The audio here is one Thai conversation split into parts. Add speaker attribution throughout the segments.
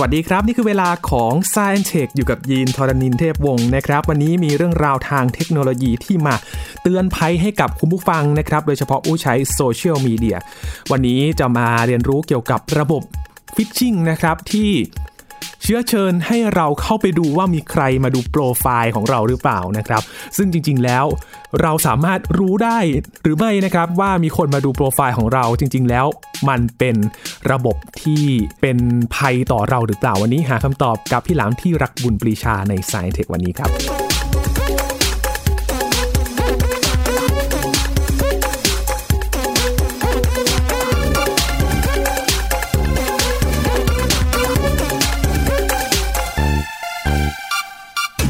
Speaker 1: วัสดีครับ นี่คือเวลาของ s c i e n t e c h อยู่กับยีนทรณินเทพวงศ์นะครับ วันนี้มีเรื่องราวทางเทคโนโลยีที่มาเตือนภัยให้กับคุณผู้ฟังนะครับ โดยเฉพาะผู้ใช้โซเชียลมีเดียวันนี้จะมาเรียนรู้เกี่ยวกับระบบฟิชชิงนะครับที่เชื้อเชิญให้เราเข้าไปดูว่ามีใครมาดูโปรไฟล์ของเราหรือเปล่านะครับ ซึ่งจริงๆแล้วเราสามารถรู้ได้หรือไม่นะครับว่ามีคนมาดูโปรไฟล์ของเราจริง ๆ แล้วมันเป็นระบบที่เป็นภัยต่อเราหรือเปล่าวันนี้หาคำตอบกับพี่หลามที่รักบุญปรีชาใน s ายเทควันนี้ครับ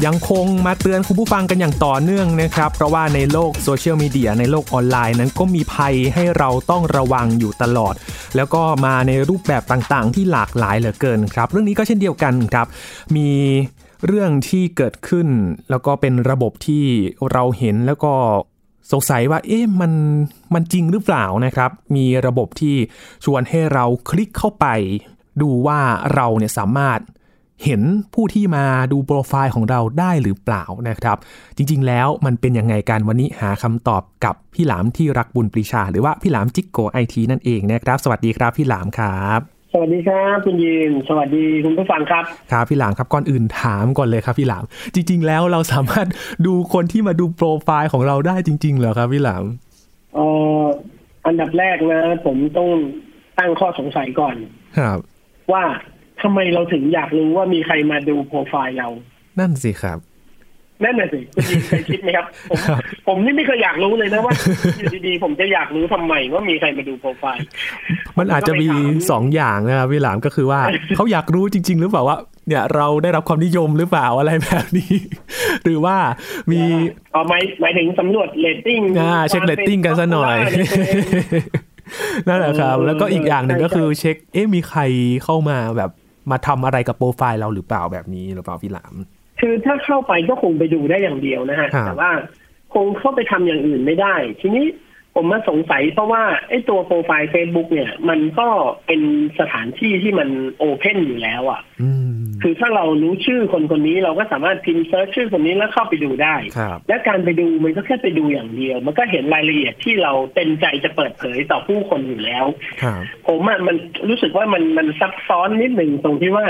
Speaker 1: ยังคงมาเตือนคุณผู้ฟังกันอย่างต่อเนื่องนะครับ เพราะว่าในโลกโซเชียลมีเดียในโลกออนไลน์นั้นก็มีภัยให้เราต้องระวังอยู่ตลอด แล้วก็มาในรูปแบบต่างๆ ที่หลากหลายเหลือเกินครับ เรื่องนี้ก็เช่นเดียวกันครับ มีเรื่องที่เกิดขึ้น แล้วก็เป็นระบบที่เราเห็นแล้วก็สงสัยว่า เอ๊ะมันมันจริงหรือเปล่านะครับ มีระบบที่ชวนให้เราคลิกเข้าไป ดูว่าเราเนี่ยสามารถ เห็นผู้ที่มาดูโปรไฟล์ของเราได้หรือเปล่านะครับ จริงๆแล้วมันเป็นยังไงกันวันนี้หาคำตอบกับพี่หลามที่รักบุญปรีชา หรือว่าพี่หลามจิกโกไอทีนั่นเองนะครับ สวัสดีครับพี่หลามครับ
Speaker 2: สวัสดีครับคุณยีนสวัสดีคุณผู้ฟังครับ
Speaker 1: ครับพี่หลามครับก่อนอื่นถามก่อนเลยครับพี่หลาม จริง ๆ แล้วเราสามารถดูคนที่มาดูโปรไฟล์ของเราได้จริงๆเหรอครับพี่หลาม
Speaker 2: เอ่ออันดับแรกนะ ผมต้องตั้งข้อสงสัยก่อน
Speaker 1: ครับ
Speaker 2: ว่าทำไมเราถึงอยากรู้ว่ามีใครมาดูโปรไฟล์เรา
Speaker 1: นั่นสิครับ
Speaker 2: นั่นน่ะสิคุณยีนเคยคิดไหมครับผม
Speaker 1: ครับ
Speaker 2: ผมนี่ไม่เคยอยากรู้เลยนะว่า อยู่ดีๆผมจะอยากรู้ทำไมว่ามีใครมาดูโปรไฟล์
Speaker 1: มันอาจจะมีสองอย่างนะครับพี่หลามก็คือว่า เขาอยากรู้จริง ๆ หรือเปล่าว่า เนี่ยเราได้รับความนิยมหรือเปล่าอะไรแบบนี้ หรือว่ามี
Speaker 2: เอาหมายหมายถึงสำรวจเรตติ้ง
Speaker 1: อ่าเช็คเลตติ้งกันซะหน่อย
Speaker 2: ความเป็น popular
Speaker 1: นั่นแหละค
Speaker 2: ในตัวเอง
Speaker 1: รับ แล้วก็อีกอย่างหนึ่งก็คือเช็ค เอ๊ะมีใครเข้ามาแบบมาทำอะไรกับโปรไฟล์เราหรือเปล่าแบบนี้หรือเปล่าพี่หลาม
Speaker 2: คือถ้าเข้าไปก็คงไปดูได้อย่างเดียวนะฮะ
Speaker 1: ครับ
Speaker 2: แต่ว่าคงเข้าไปทำอย่างอื่นไม่ได้ ทีนี้ผมมาสงสัยเพราะว่าไอ้ตัวโปรไฟล์ Facebook เนี่ย มันก็เป็นสถานที่ที่มันโอเพนอยู่แล้วอะ่ะ
Speaker 1: อืม
Speaker 2: คือถ้าเรารู้ชื่อคนคนนี้เราก็สามารถพิมพ์เซิร์ชชื่อคนนี้แล้วเข้าไปดูได้
Speaker 1: ครับ
Speaker 2: และการไปดูมันก็แค่ไปดูอย่างเดียว มันก็เห็นรายละเอียดที่เราเต็มใจจะเปิดเผยต่อผู้คนอยู่แล้ว
Speaker 1: ครับ
Speaker 2: ผมอ่ะมันรู้สึกว่ามันมันซับซ้อนนิดหนึ่งตรงที่ว่า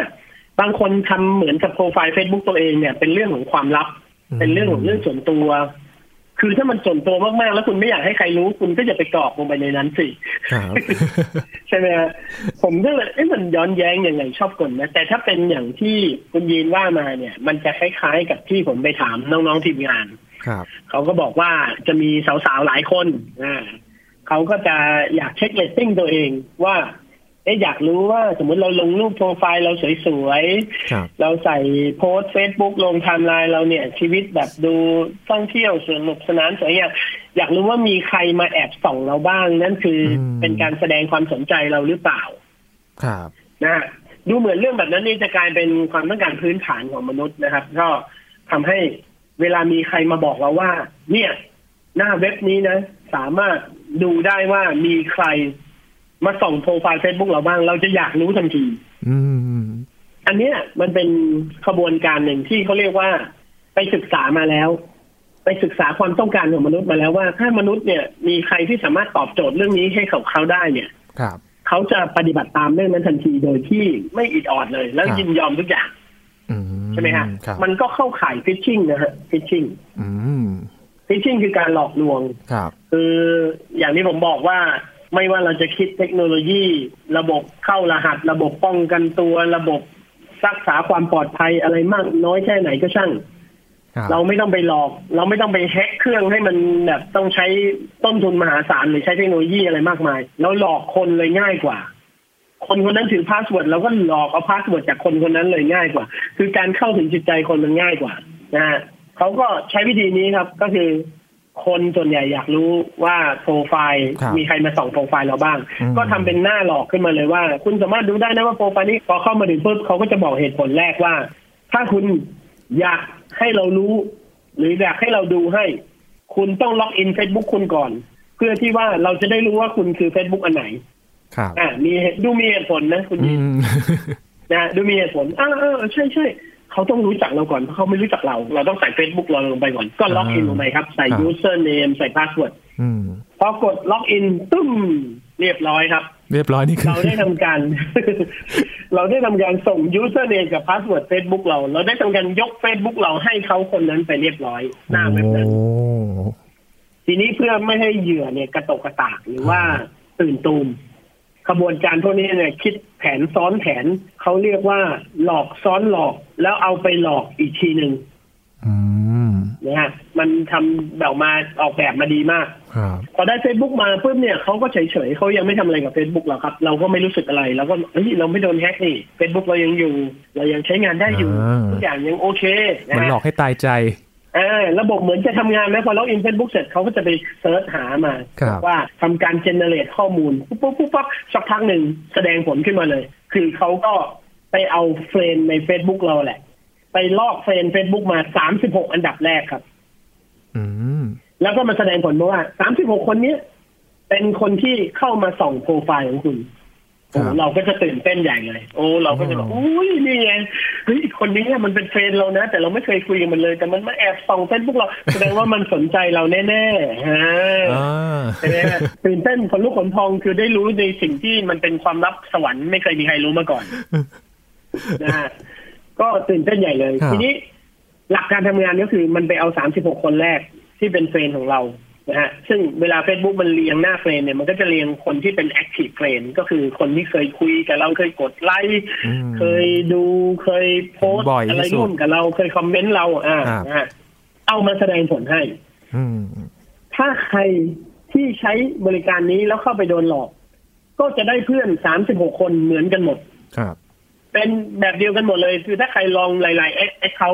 Speaker 2: บางคนทำเหมือนกับโปรไฟล์ Facebook ตัวเองเนี่ยเป็นเรื่องของความลับ
Speaker 1: อืม
Speaker 2: เป็นเรื่องของเรื่องส่วนตัว คือถ้ามันส่วนตัวมากๆ แล้วคุณไม่อยากให้ใครรู้ คุณก็จะไปกรอกลงไปในนั้นสิ
Speaker 1: ครับ
Speaker 2: ใช่ไหมฮะผมก็เลยเอ๊ะมันย้อนแย้งยังไงชอบกลนะ แต่ถ้าเป็นอย่างที่คุณยีนว่ามาเนี่ย มันจะคล้ายๆกับที่ผมไปถามน้องๆทีมงาน
Speaker 1: ครับ
Speaker 2: เขาก็บอกว่าจะมีสาวๆหลายคนอ่าเขาก็จะอยากเช็คเลตติ้งตัวเองว่าเอ๊ะอยากรู้ว่าสมมติเราลงรูปโปรไฟล์เราสวย
Speaker 1: ครับ
Speaker 2: ๆ เราใส่โพสต์ Facebook ลงไทม์ไลน์เราเนี่ย ชีวิตแบบดูท่องเที่ยวสนุกสนานสวยอยากอยากรู้ว่ามีใครมาแอบส่องเราบ้าง นั่นคืออ
Speaker 1: ม
Speaker 2: เป็นการแสดงความสนใจเราหรือเปล่า
Speaker 1: ครับ
Speaker 2: นะฮะดูเหมือนเรื่องแบบนั้นนี่จะกลายเป็นความต้องการพื้นฐานของมนุษย์นะครับ ก็ทำให้เวลามีใครมาบอกเราว่า เนี่ย หน้าเว็บนี้นะ สามารถดูได้ว่ามีใครมาส่องโปรไฟล์เฟซบุ๊กเราบ้าง เราจะอยากรู้ทันที
Speaker 1: อืม
Speaker 2: อันเนี้ยมันเป็นขบวนการหนึ่งที่เขาเรียกว่า ไปศึกษามาแล้ว ไปศึกษาความต้องการของมนุษย์มาแล้วว่า ถ้ามนุษย์เนี่ย มีใครที่สามารถตอบโจทย์เรื่องนี้ให้เขาเขาได้เนี่ย
Speaker 1: ครับ
Speaker 2: เขาจะปฏิบัติตามเรื่องนั้นทันทีโดยที่ไม่อิดออดเลย แล้ว
Speaker 1: ครับ
Speaker 2: ยินยอมทุกอย่าง
Speaker 1: อืม
Speaker 2: ใช่ไหมฮะ
Speaker 1: ครับ
Speaker 2: มันก็เข้าข่ายฟิชชิงนะฮะฟิชชิง
Speaker 1: อืม
Speaker 2: ฟิชชิงคือการหลอกลวง
Speaker 1: ครับ
Speaker 2: คืออย่างที่ผมบอกว่าไม่ว่าเราจะคิดเทคโนโลยี ระบบเข้ารหัส ระบบป้องกันตัว ระบบรักษาความปลอดภัยอะไรมากน้อยแค่ไหนก็ช่าง
Speaker 1: ครับ
Speaker 2: เราไม่ต้องไปหลอก เราไม่ต้องไปแฮ็กเครื่องให้มันแบบต้องใช้ต้นทุนมหาศาลหรือใช้เทคโนโลยีอะไรมากมาย เราหลอกคนเลยง่ายกว่า คนคนนั้นถือพาสเวิร์ดเราก็หลอกเอาพาสเวิร์ดจากคนคนนั้นเลยง่ายกว่า คือการเข้าถึงจิตใจคนมันง่ายกว่านะฮะเขาก็ใช้วิธีนี้ครับ ก็คือ คนส่วนใหญ่อยากรู้ว่าโปรไฟล์
Speaker 1: ครับ
Speaker 2: มีใครมาส่องโปรไฟล์เราบ้าง
Speaker 1: อืม
Speaker 2: ก็ทำเป็นหน้าหลอกขึ้นมาเลยว่า คุณสามารถดูได้นะว่าโปรไฟล์นี้พอเข้ามาถึงปุ๊บเขาก็จะบอกเหตุผลแรกว่า ถ้าคุณอยากให้เรารู้ หรืออยากให้เราดูให้ คุณต้องล็อกอิน Facebook คุณก่อน เพื่อที่ว่าเราจะได้รู้ว่าคุณคือ Facebook อันไหน
Speaker 1: ครับ
Speaker 2: อ่ามีเหตุดูมีเหตุผลนะคุณ
Speaker 1: อื
Speaker 2: ยิน
Speaker 1: ม
Speaker 2: นะโดยมีเหตุผลอ่าเออใช่ใช่เขาต้องรู้จักเราก่อนเพราะเขาไม่รู้จักเรา เราต้องใส่ Facebook เราลงไปก่อน ก็ล็อกอิน
Speaker 1: อ่า
Speaker 2: ลงไปครับ ใส่
Speaker 1: ครับ
Speaker 2: user name ใส่ password
Speaker 1: อืม
Speaker 2: พอกดล็อกอินตุ้มเรียบร้อยครับ
Speaker 1: เรียบร้อยนี่คือ
Speaker 2: เราได้ทำการ เราได้ทำการส่ง user name กับ password Facebook เรา เราได้ทำการยก Facebook เราให้เขาคนนั้นไปเรียบร้อย หน้าเว็บนั้น
Speaker 1: โอ้
Speaker 2: ทีนี้เพื่อไม่ให้เหยื่อเนี่ยกระตกกระตากหรือว่าตื่นตูมขบวนการพวกนี้เนี่ยคิดแผนซ้อนแผนเขาเรียกว่าหลอกซ้อนหลอกแล้วเอาไปหลอกอีกทีหนึ่ง
Speaker 1: อืม
Speaker 2: นะฮะมันทำแบบมาออกแบบมาดีมาก
Speaker 1: ครับ
Speaker 2: พอได้ Facebook มาปุ๊บเนี่ยเขาก็เฉยๆเขายังไม่ทำอะไรกับ Facebook หรอกครับ เราก็ไม่รู้สึกอะไรเราก็เฮ้ยเราไม่โดนแฮ็กนี่ Facebook เรายังอยู่ เรายังใช้งานได้อยู่
Speaker 1: อ่า
Speaker 2: ทุกอย่างยังโอเคนะ
Speaker 1: มัน
Speaker 2: ฮะ
Speaker 1: หลอกให้ตายใจ
Speaker 2: เออระบบเหมือนจะทำงานนะพอล็อกอินเฟซบุ๊กเสร็จเขาก็จะไปเซิร์ชหามา
Speaker 1: ครับ
Speaker 2: ว่าทำการเจเนเรตข้อมูลปุ๊บปุ๊บปุ๊บปั๊บสักพักหนึ่งแสดงผลขึ้นมาเลย คือเขาก็ไปเอาเฟรนด์ใน Facebook เราแหละ ไปลอกเฟรนด์ Facebook มา 36 อันดับแรกครับ
Speaker 1: อืม
Speaker 2: แล้วก็มาแสดงผลมาว่า 36 คนเนี้ยเป็นคนที่เข้ามาส่องโปรไฟล์ของคุณ
Speaker 1: ครับ
Speaker 2: โอ้เราก็จะตื่นเต้นใหญ่เลย โอ้เราก็จะแบบ
Speaker 1: อืม
Speaker 2: อุ้ยนี่ไงเฮ้ยคนนี้เนี่ยมันเป็นเฟรนด์เรานะ แต่เราไม่เคยคุยกับมันเลย แต่มันมาแอบส่องเฟซบุ๊กเรา แสดงว่ามันสนใจเราแน่ๆฮะ
Speaker 1: อ่า
Speaker 2: ใช่ไหมฮะตื่นเต้นขนลุกขนพองคือได้รู้ในสิ่งที่มันเป็นความลับสวรรค์ไม่เคยมีใครรู้มาก่อนนะฮะก็ตื่นเต้นใหญ่เลย ทีนี้ หลักการทำงานก็คือมันไปเอา 36 คนแรกที่เป็นเฟรนด์ของเรา นะฮะ ซึ่งเวลา Facebook มันเรียงหน้าเฟรนด์เนี่ย มันก็จะเรียงคนที่เป็น Active เฟรนด์ก็คือคนที่เคยคุยกับเรา เคยกดไลค์
Speaker 1: อืม
Speaker 2: เคยดูเคยโพสต์
Speaker 1: บ่อยที่
Speaker 2: อะไร
Speaker 1: สุด
Speaker 2: ร่วมกับเรา เคยคอมเมนต์เรา อ่า
Speaker 1: ครับ
Speaker 2: นะฮะเอามาแสดงผลให้
Speaker 1: อืม
Speaker 2: ถ้าใครที่ใช้บริการนี้แล้วเข้าไปโดนหลอก ก็จะได้เพื่อน 36 คนเหมือนกันหมด
Speaker 1: ครับ
Speaker 2: เป็นแบบเดียวกันหมดเลย คือถ้าใครลองหลายๆแอคเขา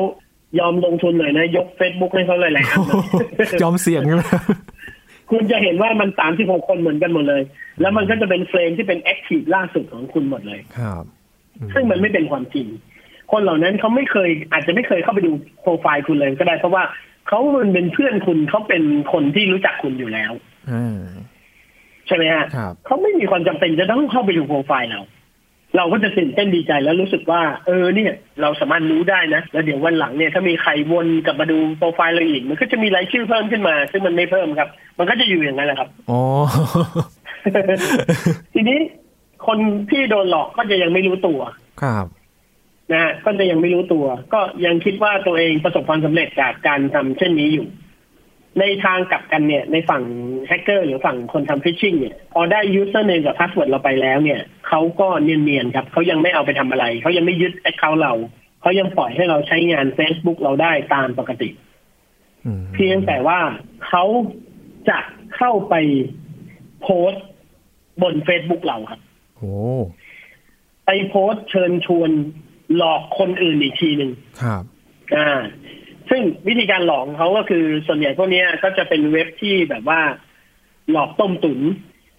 Speaker 2: ยอมลงทุนหน่อยนะ ยก Facebook ให้เขาหลายๆอัน หน่อย
Speaker 1: ยอมเสี่ยงกันไหม
Speaker 2: คุณจะเห็นว่ามัน 36 คนเหมือนกันหมดเลย แล้วมันก็จะเป็นเฟรมที่เป็นแอคทีฟล่าสุดของคุณหมดเลย
Speaker 1: ครับ
Speaker 2: ซึ่งมันไม่เป็นความจริง คนเหล่านั้นเขาไม่เคย อาจจะไม่เคยเข้าไปดูโปรไฟล์คุณเลยก็ได้เพราะว่าเขามันเป็นเพื่อนคุณเขาเป็นคนที่รู้จักคุณอยู่แล้ว
Speaker 1: อ่า
Speaker 2: ใช่ไหมฮะ
Speaker 1: ครับ
Speaker 2: เขาไม่มีความจำเป็นจะต้องเข้าไปดูโปรไฟล์เรา เราก็จะตื่นเต้นดีใจแล้วรู้สึกว่า เออเนี่ย เราสามารถรู้ได้นะ แล้วเดี๋ยววันหลังเนี่ย ถ้ามีใครวนกลับมาดูโปรไฟล์เราอีก มันก็จะมีรายชื่อเพิ่มขึ้นมา ซึ่งมันไม่เพิ่มครับ มันก็จะอยู่อย่างนั้นแหละครับ
Speaker 1: อ๋อ
Speaker 2: ทีนี้คนที่โดนหลอกก็จะยังไม่รู้ตัว
Speaker 1: ครับ
Speaker 2: นะฮะก็จะยังไม่รู้ตัว ก็ยังคิดว่าตัวเองประสบความสำเร็จจากการทำเช่นนี้อยู่ ในทางกลับกันเนี่ย ในฝั่งแฮกเกอร์หรือฝั่งคนทำฟิชชิงเนี่ย พอได้ยูเซอร์เนมกับพาสเวิร์ดเราไปแล้วเนี่ย เขาก็เนียนๆครับ เขายังไม่เอาไปทำอะไร เขายังไม่ยึดแอคเคาท์เรา เขายังปล่อยให้เราใช้งาน Facebook เราได้ตามปกติ
Speaker 1: อืม
Speaker 2: เพียงแต่ว่าเขาจะเข้าไปโพสต์บน Facebook เราครับ
Speaker 1: โอ้
Speaker 2: ไปโพสต์เชิญชวนหลอกคนอื่นอีกทีหนึ่ง
Speaker 1: ครับ
Speaker 2: อ่า ซึ่งวิธีการหลอกของเขาก็คือส่วนใหญ่พวกเนี้ยก็จะเป็นเว็บที่แบบว่า หลอกต้มตุ๋น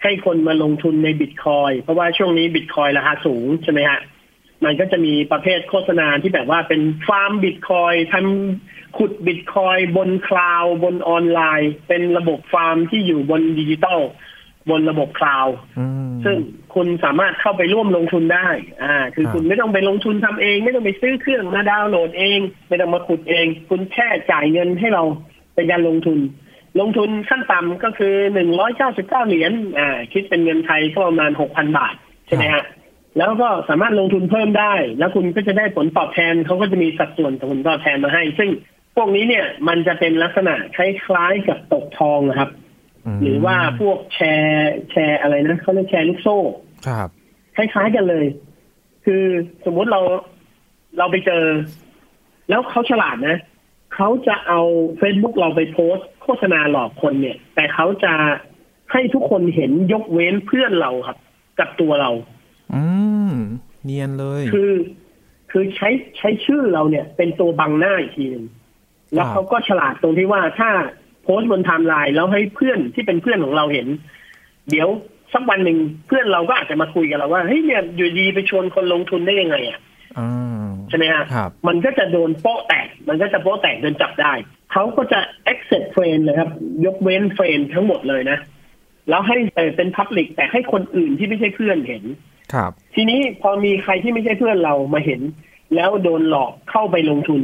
Speaker 2: ให้คนมาลงทุนในบิตคอยเพราะว่าช่วงนี้บิตคอยราคาสูงใช่ไหมฮะ มันก็จะมีประเภทโฆษณาที่แบบว่าเป็นฟาร์มบิตคอยทำขุดบิตคอยบนคลาวบนออนไลน์ เป็นระบบฟาร์มที่อยู่บนดิจิตอลบนระบบคลาว
Speaker 1: อืม
Speaker 2: ซึ่งคุณสามารถเข้าไปร่วมลงทุนได้ อ่า คือ
Speaker 1: ครับ
Speaker 2: คุณไม่ต้องไปลงทุนทำเอง ไม่ต้องไปซื้อเครื่องมาดาวน์โหลดเอง ไม่ต้องมาขุดเอง คุณแค่จ่ายเงินให้เราเป็นการลงทุน ลงทุนขั้นต่ำก็คือหนึ่งร้อยเก้าสิบเก้าเหรียญ อ่า คิดเป็นเงินไทยก็ประมาณหกพันบาท ใช่ไหมฮะ แล้วก็สามารถลงทุนเพิ่มได้ แล้วคุณก็จะได้ผลตอบแทนเขาก็จะมีสัดส่วนของผลตอบแทนมาให้ ซึ่งพวกนี้เนี่ยมันจะเป็นลักษณะคล้ายๆกับตกทองนะครับ หรือว่าพวกแชร์แชร์อะไรนะเขาเรียกแชร์ลูกโซ่
Speaker 1: ครับ
Speaker 2: คล้ายๆกันเลย คือสมมุติเราเราไปเจอ แล้วเขาฉลาดนะเขาจะเอา Facebook เราไปโพสต์ โฆษณาหลอกคนเนี่ย แต่เขาจะให้ทุกคนเห็นยกเว้นเพื่อนเราครับ กับตัวเรา
Speaker 1: อืม เนียนเลย
Speaker 2: คือ คือใช้ใช้ชื่อเราเนี่ย เป็นตัวบังหน้าอีกทีหนึ่งแล้วเขาก็ฉลาดตรงที่ว่าถ้าโพสต์บนไทม์ไลน์แล้วให้เพื่อนที่เป็นเพื่อนของเราเห็น เดี๋ยวสักวันหนึ่งเพื่อนเราก็อาจจะมาคุยกับเราว่าเฮ้ยเนี่ยอยู่ดีไปชวนคนลงทุนได้ยังไงอ่ะ
Speaker 1: อ่า
Speaker 2: ใช่ไหมฮะ
Speaker 1: ครับ
Speaker 2: มันก็จะโดนโป๊ะแตก มันก็จะโป๊ะแตกโดนจับได้ เขาก็จะ accept friend เลยครับ ยกเว้น friend ทั้งหมดเลยนะ แล้วให้เอ่อเป็น public แต่ให้คนอื่นที่ไม่ใช่เพื่อนเห็น
Speaker 1: ครับ
Speaker 2: ทีนี้พอมีใครที่ไม่ใช่เพื่อนเรามาเห็น แล้วโดนหลอกเข้าไปลงทุน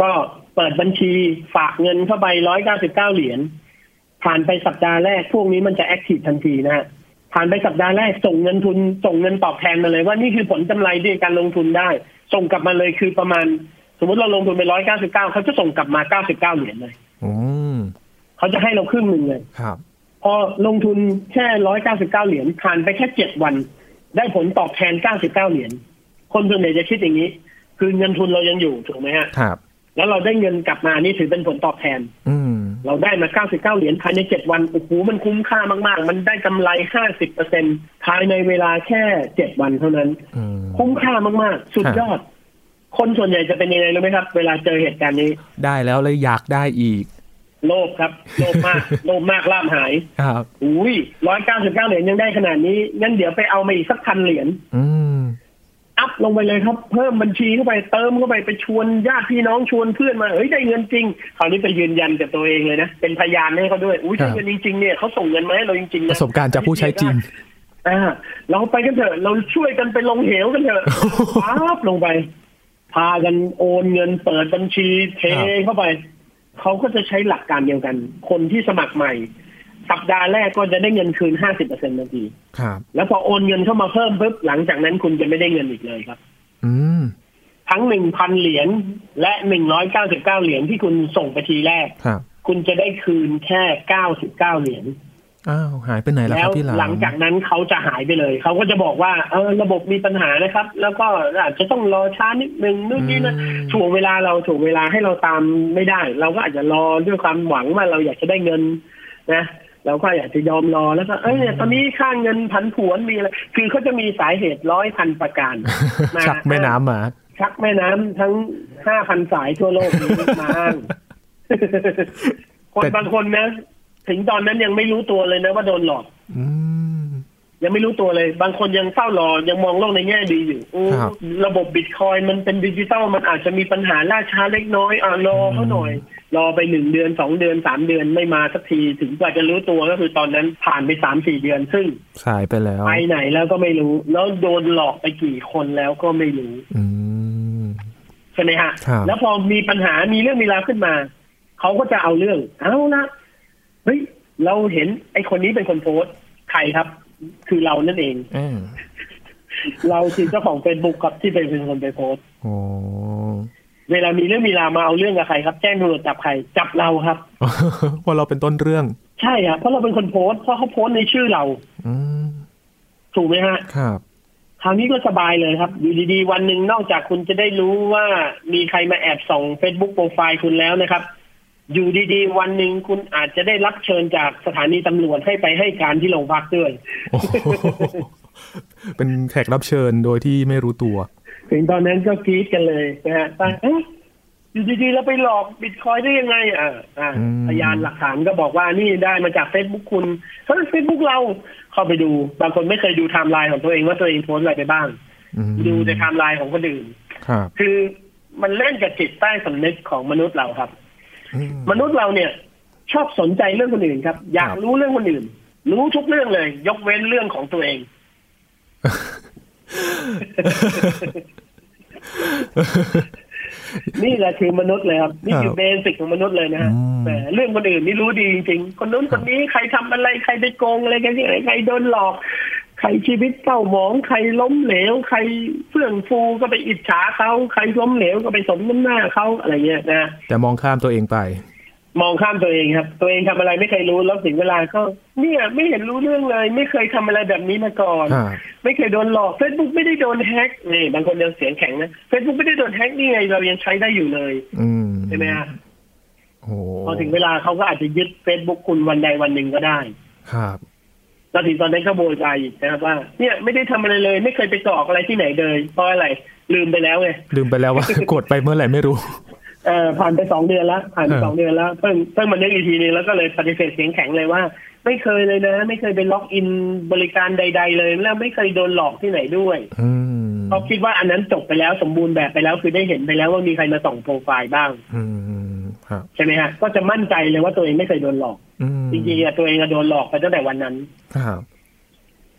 Speaker 2: ก็เปิดบัญชีฝากเงินเข้าไปร้อยเก้าสิบเก้าเหรียญผ่านไปสัปดาห์แรกพวกนี้มันจะแอคทีฟทันทีนะฮะผ่านไปสัปดาห์แรกส่งเงินทุน ส่งเงินตอบแทนมาเลยว่านี่คือผลกำไรที่การลงทุนได้ ส่งกลับมาเลยคือประมาณ สมมติเราลงทุนไปร้อยเก้าสิบเก้าเขาจะส่งกลับมาเก้าสิบเก้าเหรียญเลย
Speaker 1: อืม
Speaker 2: เขาจะให้เราครึ่งหนึ่งเลย
Speaker 1: ครับ
Speaker 2: พอลงทุนแค่ร้อยเก้าสิบเก้าเหรียญผ่านไปแค่เจ็ดวัน ได้ผลตอบแทนเก้าสิบเก้าเหรียญคนส่วนใหญ่จะคิดอย่างนี้ คือเงินทุนเรายังอยู่ถูกไหมฮะ
Speaker 1: ครับ
Speaker 2: แล้วเราได้เงินกลับมานี่ถือเป็นผลตอบแทน
Speaker 1: อืม
Speaker 2: เราได้มาเก้าสิบเก้าเหรียญภายในเจ็ดวันโอ้โหมันคุ้มค่ามากๆ มันได้กำไรห้าสิบเปอร์เซ็นภายในเวลาแค่เจ็ดวันเท่านั้น
Speaker 1: อืม
Speaker 2: คุ้มค่ามากๆ สุดยอด คนส่วนใหญ่จะเป็นยังไงรู้ไหมครับ เวลาเจอเหตุการณ์นี้
Speaker 1: ได้แล้วเลยอยากได้อีก
Speaker 2: โลภครับ โลภมาก โลภมากล่ามหาย
Speaker 1: ครับ
Speaker 2: อุ้ยร้อยเก้าสิบเก้าเหรียญยังได้ขนาดนี้ งั้นเดี๋ยวไปเอามาอีกสักพันเหรียญ
Speaker 1: อืม
Speaker 2: อัพลงไปเลยครับ เพิ่มบัญชีเข้าไปเติมเข้าไปไปชวนญาติพี่น้องชวนเพื่อนมา เฮ้ยได้เงินจริง คราวนี้ไปยืนยันกับตัวเองเลยนะ เป็นพยานให้เขาด้วย อุ้ย
Speaker 1: ครับ
Speaker 2: ได้เงินจริงๆเนี่ยเขาส่งเงินมาให้เราจริง
Speaker 1: ป
Speaker 2: ๆนะ
Speaker 1: ระสบการณ์จากผู้ใช้จริง
Speaker 2: อ่า เราไปกันเถอะ เราช่วยกันไปลงเหวกันเถอะ ปั๊บลงไป พากันโอนเงินเปิดบัญชีเท
Speaker 1: ครับ
Speaker 2: เข้าไป เขาก็จะใช้หลักการเดียวกัน คนที่สมัครใหม่ สัปดาห์แรกก็จะได้เงินคืน 50%เปอร์เซ็นต์ทันที
Speaker 1: ครับ
Speaker 2: แล้วพอโอนเงินเข้ามาเพิ่มปุ๊บหลังจากนั้นคุณจะไม่ได้เงินอีกเลยครับ
Speaker 1: อืม
Speaker 2: ทั้งหนึ่งพันเหรียญและหนึ่งร้อยเก้าสิบเก้าเหรียญที่คุณส่งไปทีแรก
Speaker 1: ครับ
Speaker 2: คุณจะได้คืนแค่เก้าสิบเก้าเหรียญ
Speaker 1: อ้าว หายไปไหนแล้วคว
Speaker 2: แล้
Speaker 1: รับพี่หลาม
Speaker 2: หลังจากนั้นเขาจะหายไปเลย เขาก็จะบอกว่าเออระบบมีปัญหานะครับ แล้วก็อาจจะต้องรอช้านิดนึงนู่นนี่นะถ่วงเวลาเราถ่วงเวลาให้เราตามไม่ได้ เราก็อาจจะรอด้วยความหวังว่าเราอยากจะได้เงินนะเราก็อยากจะยอมรอแล้วก็เอ้ยเนี่ยตอนนี้ค่าเงินผันผวนมีอะไรคือเขาจะมีสาเหตุร้อยพันประการ มา
Speaker 1: ชักแม่น้ำมา
Speaker 2: ชักแม่น้ำทั้งห้าพันสายทั่วโลกนี้มาอ้าง คน
Speaker 1: แต่
Speaker 2: บางคนนะ ถึงตอนนั้นยังไม่รู้ตัวเลยนะว่าโดนหลอก
Speaker 1: อืม
Speaker 2: ยังไม่รู้ตัวเลย บางคนยังเศร้ารอยังมองโลกในแง่ดีอยู่อู้
Speaker 1: ครับ
Speaker 2: ระบบบิตคอยน์มันเป็นดิจิตอลมันอาจจะมีปัญหาล่าช้าเล็กน้อยอ่ารอเขาหน่อย รอไปหนึ่งเดือนสองเดือนสามเดือนไม่มาสักทีถึงกว่าจะรู้ตัวก็คือตอนนั้นผ่านไปสามสี่เดือน ซึ่ง
Speaker 1: สายไปแล้ว
Speaker 2: ไปไหนแล้วก็ไม่รู้ แล้วโดนหลอกไปกี่คนแล้วก็ไม่รู้
Speaker 1: อืม
Speaker 2: ใช่ไหมฮะ
Speaker 1: ครับ
Speaker 2: แล้วพอมีปัญหา มีเรื่องมีราวขึ้นมา เขาก็จะเอาเรื่อง เอาละเฮ้ย เราเห็นไอ้คนนี้เป็นคนโพสต์ ใครครับ คือเรานั่นเอง
Speaker 1: อ่า
Speaker 2: เราคือเจ้าของเฟซบุ๊กครับที่เป็นคนไปโพสต์
Speaker 1: โอ้
Speaker 2: เวลามีเรื่องมีราวมาเอาเรื่องกับใครครับ แจ้งตำรวจจับใคร จับเราครับ
Speaker 1: พอเราเป็นต้นเรื่อง
Speaker 2: ใช่ครับ เพราะเราเป็นคนโพสต์ เพราะเขาโพสต์ในชื่อเรา
Speaker 1: อืม
Speaker 2: ถูกไหมฮะ
Speaker 1: ครับ
Speaker 2: คราวนี้ก็สบายเลยครับ อยู่ดีๆ วันหนึ่งนอกจากคุณจะได้รู้ว่ามีใครมาแอบส่อง Facebook โปรไฟล์คุณแล้วนะครับ อยู่ดีๆ วันหนึ่งคุณอาจจะได้รับเชิญจากสถานีตำรวจให้ไปให้การที่โรงพักด้วย
Speaker 1: โอ้โห เป็นแขกรับเชิญโดยที่ไม่รู้ตัว
Speaker 2: ถึงตอนนั้นก็กรี๊ดกันเลยนะฮะว่าเอ๊ะอยู่ดีๆ เราไปหลอกบิตคอยน์ได้ยังไง อ่าอ่า
Speaker 1: อืม
Speaker 2: พยานหลักฐานก็บอกว่านี่ได้มาจาก Facebook คุณเฮ้ย Facebook เราเข้าไปดู บางคนไม่เคยดูไทม์ไลน์ของตัวเองว่าตัวเองโพสต์อะไรไปบ้าง
Speaker 1: อืม
Speaker 2: ดูในไทม์ไลน์ของคนอื่น
Speaker 1: ครับ
Speaker 2: คือมันเล่นกับจิตใต้สำนึกของมนุษย์เราครับ
Speaker 1: อืม
Speaker 2: มนุษย์เราเนี่ย ชอบสนใจเรื่องคนอื่นครับ อยาก
Speaker 1: ครับ
Speaker 2: รู้เรื่องคนอื่น รู้ทุกเรื่องเลย ยกเว้นเรื่องของตัวเอง นี่แหละคือมนุษย์เลยครับ นี่คื
Speaker 1: ค
Speaker 2: อ
Speaker 1: รับ
Speaker 2: เบสิกของมนุษย์เลยนะฮะ
Speaker 1: อืม
Speaker 2: แต่เรื่องคนอื่นนี่รู้ดีจริงๆคนนู้นคนนี้ใครทำอะไรใครไปโกงอะไรกันที่ไหนใครโดนหลอก ใครชีวิตเศร้าหมอง ใครล้มเหลว ใครเฟื่องฟูก็ไปอิจฉาเขาใครล้มเหลวก็ไปสมน้ำหน้าเขาอะไรเงี้ยนะ
Speaker 1: แต่มองข้ามตัวเองไป
Speaker 2: มองข้ามตัวเองครับ ตัวเองทำอะไรไม่เคยรู้แล้วถึงเวลาก็เนี่ยไม่เห็นรู้เรื่องเลย ไม่เคยทำอะไรแบบนี้มาก่อน
Speaker 1: ครับ
Speaker 2: ไม่เคยโดนหลอกเฟซบุ๊กไม่ได้โดนแฮ็กนี่บางคนยังเสียงแข็งนะเฟซบุ๊กไม่ได้โดนแฮ็กนี่ไงเรายังใช้ได้อยู่เลย
Speaker 1: อืม
Speaker 2: ใช่ไหมฮะ
Speaker 1: โอ้
Speaker 2: พอถึงเวลาเขาก็อาจจะยึดเฟซบุ๊กคุณวันใดวันหนึ่งก็ได้
Speaker 1: ครับ
Speaker 2: เราถึงตอนนั้นก็โวยวายอีกนะครับว่า เนี่ยไม่ได้ทำอะไรเลย ไม่เคยไปก่ออะไรที่ไหนเลยเพราะอะไรลืมไปแล้วไง
Speaker 1: ลืมไปแล้วว่า กดไปเมื่อไหร่ไม่รู้
Speaker 2: เอ่อผ่านไปสองเดือนแล้วผ่านไป
Speaker 1: เออ
Speaker 2: สองเดือนแล้วเพิ่งเพิ่งมานึกอีกทีนึงแล้วก็เลยปฏิเสธเสียงแข็งเลยว่า ไม่เคยเลยนะ ไม่เคยไปล็อกอินบริการใด ๆ เลยแล้วไม่เคยโดนหลอกที่ไหนด้วย
Speaker 1: อืม
Speaker 2: เขาคิดว่าอันนั้นจบไปแล้วสมบูรณ์แบบไปแล้วคือได้เห็นไปแล้วว่ามีใครมาส่องโปรไฟล์บ้าง
Speaker 1: อืมครับ
Speaker 2: ใช่ไหมฮะก็จะมั่นใจเลยว่าตัวเองไม่เคยโดนหลอก
Speaker 1: อืม
Speaker 2: จริงๆอะตัวเองอะโดนหลอกไปตั้งแต่วันนั้น
Speaker 1: ครับ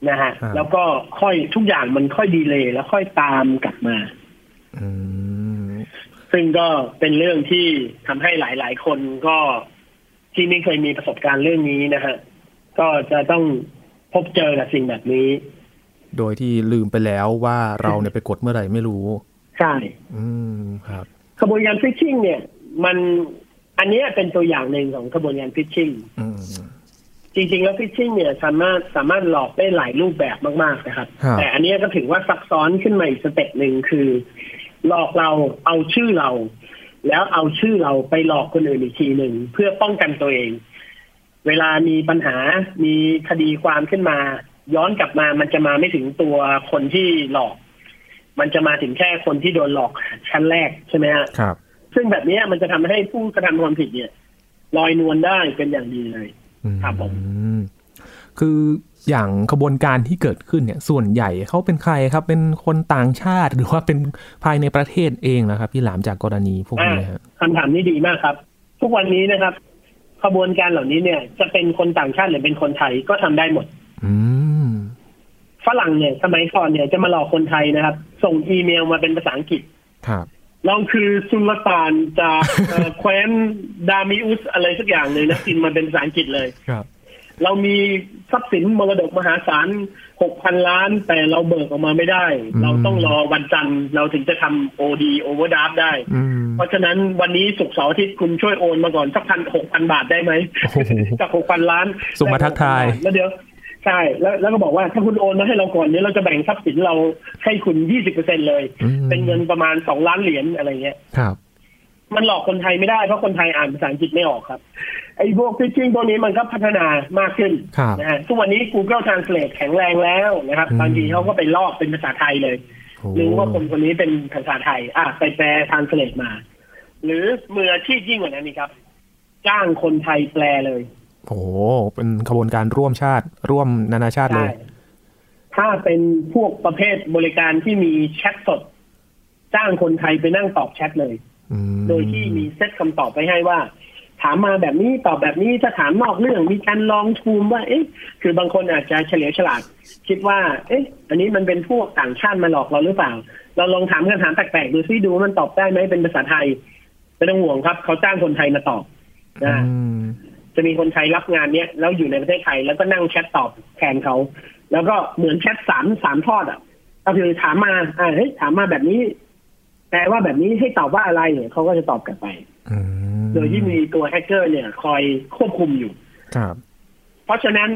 Speaker 2: นะฮะ
Speaker 1: ครับ
Speaker 2: แล้วก็ค่อยทุกอย่างมันค่อยดีเลยแล้วค่อยตามกลับมา
Speaker 1: อืม
Speaker 2: ซึ่งก็เป็นเรื่องที่ทำให้หลาย ๆ คนก็ที่ไม่เคยมีประสบการณ์เรื่องนี้นะฮะก็จะต้องพบเจอกับสิ่งแบบนี้
Speaker 1: โดยที่ลืมไปแล้วว่าเราเนี่ยไปกดเมื่อไหร่ไม่รู้
Speaker 2: ใช่
Speaker 1: อืมครับ
Speaker 2: ขบวนการฟิชชิงเนี่ย มันอันเนี้ยเป็นตัวอย่างหนึ่งของขบวนการฟิชชิง
Speaker 1: อืม
Speaker 2: จริง ๆ แล้วฟิชชิงเนี่ยสามารถสามารถหลอกได้หลายรูปแบบมาก ๆ นะครับ
Speaker 1: ครับ
Speaker 2: แต่อันเนี้ยก็ถือว่าซับซ้อนขึ้นมาอีกสเต็ปหนึ่งคือ หลอกเราเอาชื่อเรา แล้วเอาชื่อเราไปหลอกคนอื่นอีกทีหนึ่งเพื่อป้องกันตัวเอง เวลามีปัญหามีคดีความขึ้นมา ย้อนกลับมามันจะมาไม่ถึงตัวคนที่หลอก มันจะมาถึงแค่คนที่โดนหลอกชั้นแรกใช่ไหมฮะ
Speaker 1: ครับ
Speaker 2: ซึ่งแบบเนี้ยมันจะทำให้ผู้กระทำความผิดเนี่ยลอยนวลได้เป็นอย่างดีเลย ครับผม
Speaker 1: อืมคืออย่างขบวนการที่เกิดขึ้นเนี่ย ส่วนใหญ่เขาเป็นใครครับ เป็นคนต่างชาติหรือว่าเป็นภายในประเทศเองนะครับ พี่หลามจากกรณีพวกนี้ครับ
Speaker 2: คำถามนี้ดีมากครับ ทุกวันนี้นะครับขบวนการเหล่านี้เนี่ย จะเป็นคนต่างชาติหรือเป็นคนไทยก็ทำได้หมด
Speaker 1: อืม
Speaker 2: ฝรั่งเนี่ยสมัยก่อนเนี่ยจะมาหลอกคนไทยนะครับ ส่งอีเมลมาเป็นภาษาอังกฤษ
Speaker 1: ครับ
Speaker 2: เราคือซุลตาน จากเอ่อ แคว้นดามิอุสอะไรสักอย่างเลยนะกินมาเป็นภาษาอังกฤษเลย
Speaker 1: ครับ
Speaker 2: เรามีทรัพย์สินมรดกมหาศาลหกพันล้าน แต่เราเบิกออกมาไม่ได้
Speaker 1: อืม
Speaker 2: เราต้องรอวันจันทร์เราถึงจะทำโอดีโอเวอร์ดได้
Speaker 1: อืม
Speaker 2: เพราะฉะนั้นวันนี้สุกร์เสาร์อาทิตย์คุณช่วยโอนมาก่อนสักพันหกพันบาทได้ไหม
Speaker 1: โอ้โห
Speaker 2: จากหกพันล้าน
Speaker 1: ส่งมาทักทาย
Speaker 2: แล้วเดี๋ยวใช่แล้วแล้วก็บอกว่าถ้าคุณโอนมาให้เราก่อนเนี้ยวเราจะแบ่งทรัพย์สินเราให้คุณยี่สิบเปอร์เซ็นเลย
Speaker 1: อืม
Speaker 2: เป็นเงินประมาณสองล้านเหรียญอะไรเงี้ย
Speaker 1: ครับ
Speaker 2: มันหลอกคนไทยไม่ได้เพราะคนไทยอ่านภาษาอังกฤษไม่ออกครับ ไอ้พวกฟิชชิงพวกนี้มันก็พัฒนามากขึ้น
Speaker 1: ครับ
Speaker 2: นะฮะทุกวันนี้ Google Translate แข็งแรงแล้วนะครับ
Speaker 1: อืม
Speaker 2: บางทีเขาก็ไปลอกเป็นภาษาไทยเลย
Speaker 1: โอ้
Speaker 2: หรือว่าคนคนนี้เป็นภาษาไทย อ่ะไปแปล Translate มา หรือมืออาชีพยิ่งกว่านั้นนี่ครับ จ้างคนไทยแปลเลย
Speaker 1: โอ้โห เป็นขบวนการร่วมชาติ ร่วมนานาชาติเล
Speaker 2: ใช่
Speaker 1: ย
Speaker 2: ถ้าเป็นพวกประเภทบริการที่มีแชทสด จ้างคนไทยไปนั่งตอบแชทเลย
Speaker 1: อืม
Speaker 2: โดยที่มีเซตคำตอบไปให้ว่า ถามมาแบบนี้ตอบแบบนี้ถ้าถามนอกเรื่องมีการลองทูมว่า เอ๊ะ คือบางคนอาจจะเฉลียวฉลาด คิดว่า เอ๊ะ อันนี้มันเป็นพวกต่างชาติมาหลอกเราหรือเปล่า เราลองถามคำถามแปลกๆดูซิดูว่ามันตอบได้ไหมเป็นภาษาไทยไม่ต้องห่วงครับ เขาจ้างคนไทยมาตอบนะ
Speaker 1: อืม
Speaker 2: จะมีคนไทยรับงานเนี้ยแล้วอยู่ในประเทศไทยแล้วก็นั่งแชทตอบแทนเขา แล้วก็เหมือนแชทสามสามทอดอ่ะก็คือถามมาอ่าเฮ้ยถามมาแบบนี้ แปลว่าแบบนี้ให้ตอบว่าอะไรเนี่ยเขาก็จะตอบกลับไป
Speaker 1: อืม
Speaker 2: โดยที่มีตัวแฮกเกอร์เนี่ยคอยควบคุมอยู่
Speaker 1: ครับ
Speaker 2: เพราะฉะนั้น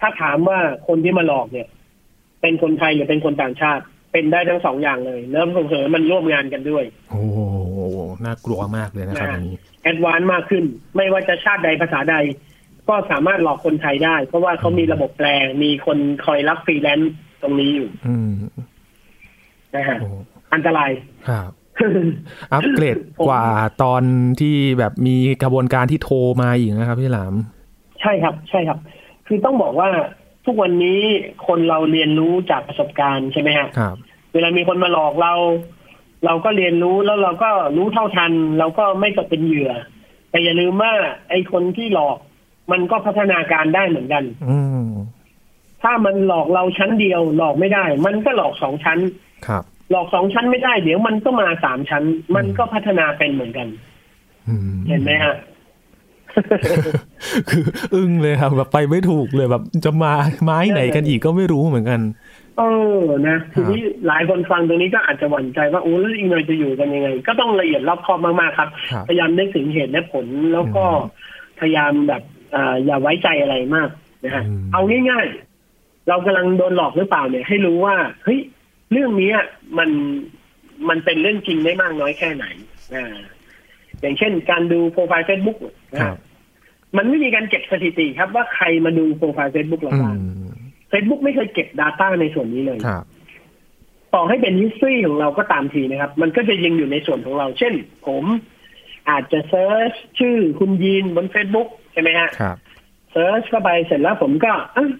Speaker 2: ถ้าถามว่าคนที่มาหลอกเนี่ย เป็นคนไทยหรือเป็นคนต่างชาติ เป็นได้ทั้งสองอย่างเลย เริ่มส่งเสริมมันร่วมงานกันด้วย
Speaker 1: โอ้โห น่ากลัวมากเลยนะครับอันนี้
Speaker 2: แอดวานซ์มากขึ้น ไม่ว่าจะชาติใดภาษาใด ก็สามารถหลอกคนไทยได้ เพราะว่าเขามีระบบแปล มีคนคอยรับฟรีแลนซ์ตรงนี้อยู่
Speaker 1: อืม
Speaker 2: นะฮะ
Speaker 1: โอ้โห
Speaker 2: อันตราย
Speaker 1: ครับ อัปเกรดกว่าตอนที่แบบมีกระบวนการที่โทรมาอีกนะครับพี่หลาม
Speaker 2: ใช่ครับ ใช่ครับ คือต้องบอกว่าทุกวันนี้คนเราเรียนรู้จากประสบการณ์ใช่ไหมฮะ
Speaker 1: ครับ
Speaker 2: เวลามีคนมาหลอกเรา เราก็เรียนรู้แล้วเราก็รู้เท่าทัน เราก็ไม่ตกเป็นเหยื่อ แต่อย่าลืมว่าไอ้คนที่หลอกมันก็พัฒนาการได้เหมือนกัน
Speaker 1: อืม
Speaker 2: ถ้ามันหลอกเราชั้นเดียวหลอกไม่ได้ มันก็หลอกสองชั้น
Speaker 1: ครับ
Speaker 2: หลอกสองชั้นไม่ได้ เดี๋ยวมันก็มาสามชั้น มันก็พัฒนาเป็นเหมือนกัน
Speaker 1: อืม
Speaker 2: เห็นไหมฮะ
Speaker 1: คืออึ้งเลยครับแบบไปไม่ถูกเลยแบบจะมาไม้ไหนกันอีกก็ไม่รู้เหมือนกัน
Speaker 2: เออนะทีนี้หลายคนฟังตรงนี้ก็อาจจะหวั่นใจว่าโอ้แล้วอีกหน่อยจะอยู่กันยังไง ก็ต้องละเอียดรอบคอบมากๆครับ
Speaker 1: ครับ
Speaker 2: พยายามนึกถึงเหตุและผลแล้วก็
Speaker 1: อืม
Speaker 2: พยายามแบบเอ่ออย่าไว้ใจอะไรมากนะฮะ
Speaker 1: อืม
Speaker 2: เอาง่ายๆ เรากำลังโดนหลอกหรือเปล่าเนี่ย ให้รู้ว่าเฮ้ยเรื่องเนี้ยมันมันเป็นเรื่องจริงได้มากน้อยแค่ไหนอ่าอย่างเช่น การดูโปรไฟล์เฟซบุ๊กนะ
Speaker 1: ค
Speaker 2: ฮะ
Speaker 1: รับ
Speaker 2: มันไม่มีการเก็บสถิติครับว่าใครมาดูโปรไฟล์เฟซบุ๊กเรา
Speaker 1: อื
Speaker 2: บ้าง
Speaker 1: ม
Speaker 2: เฟซบุ๊กไม่เคยเก็บ Data ในส่วนนี้เลย
Speaker 1: ครับ
Speaker 2: ต่อให้เป็น history ของเราก็ตามทีนะครับ มันก็จะยังอยู่ในส่วนของเรา เช่น ผมอาจจะเซิร์ชชื่อคุณยีนบน Facebook ใช่ไหมฮะ
Speaker 1: ครับ
Speaker 2: เซิร์ชเข้าไปเสร็จแล้วผมก็เอ้ย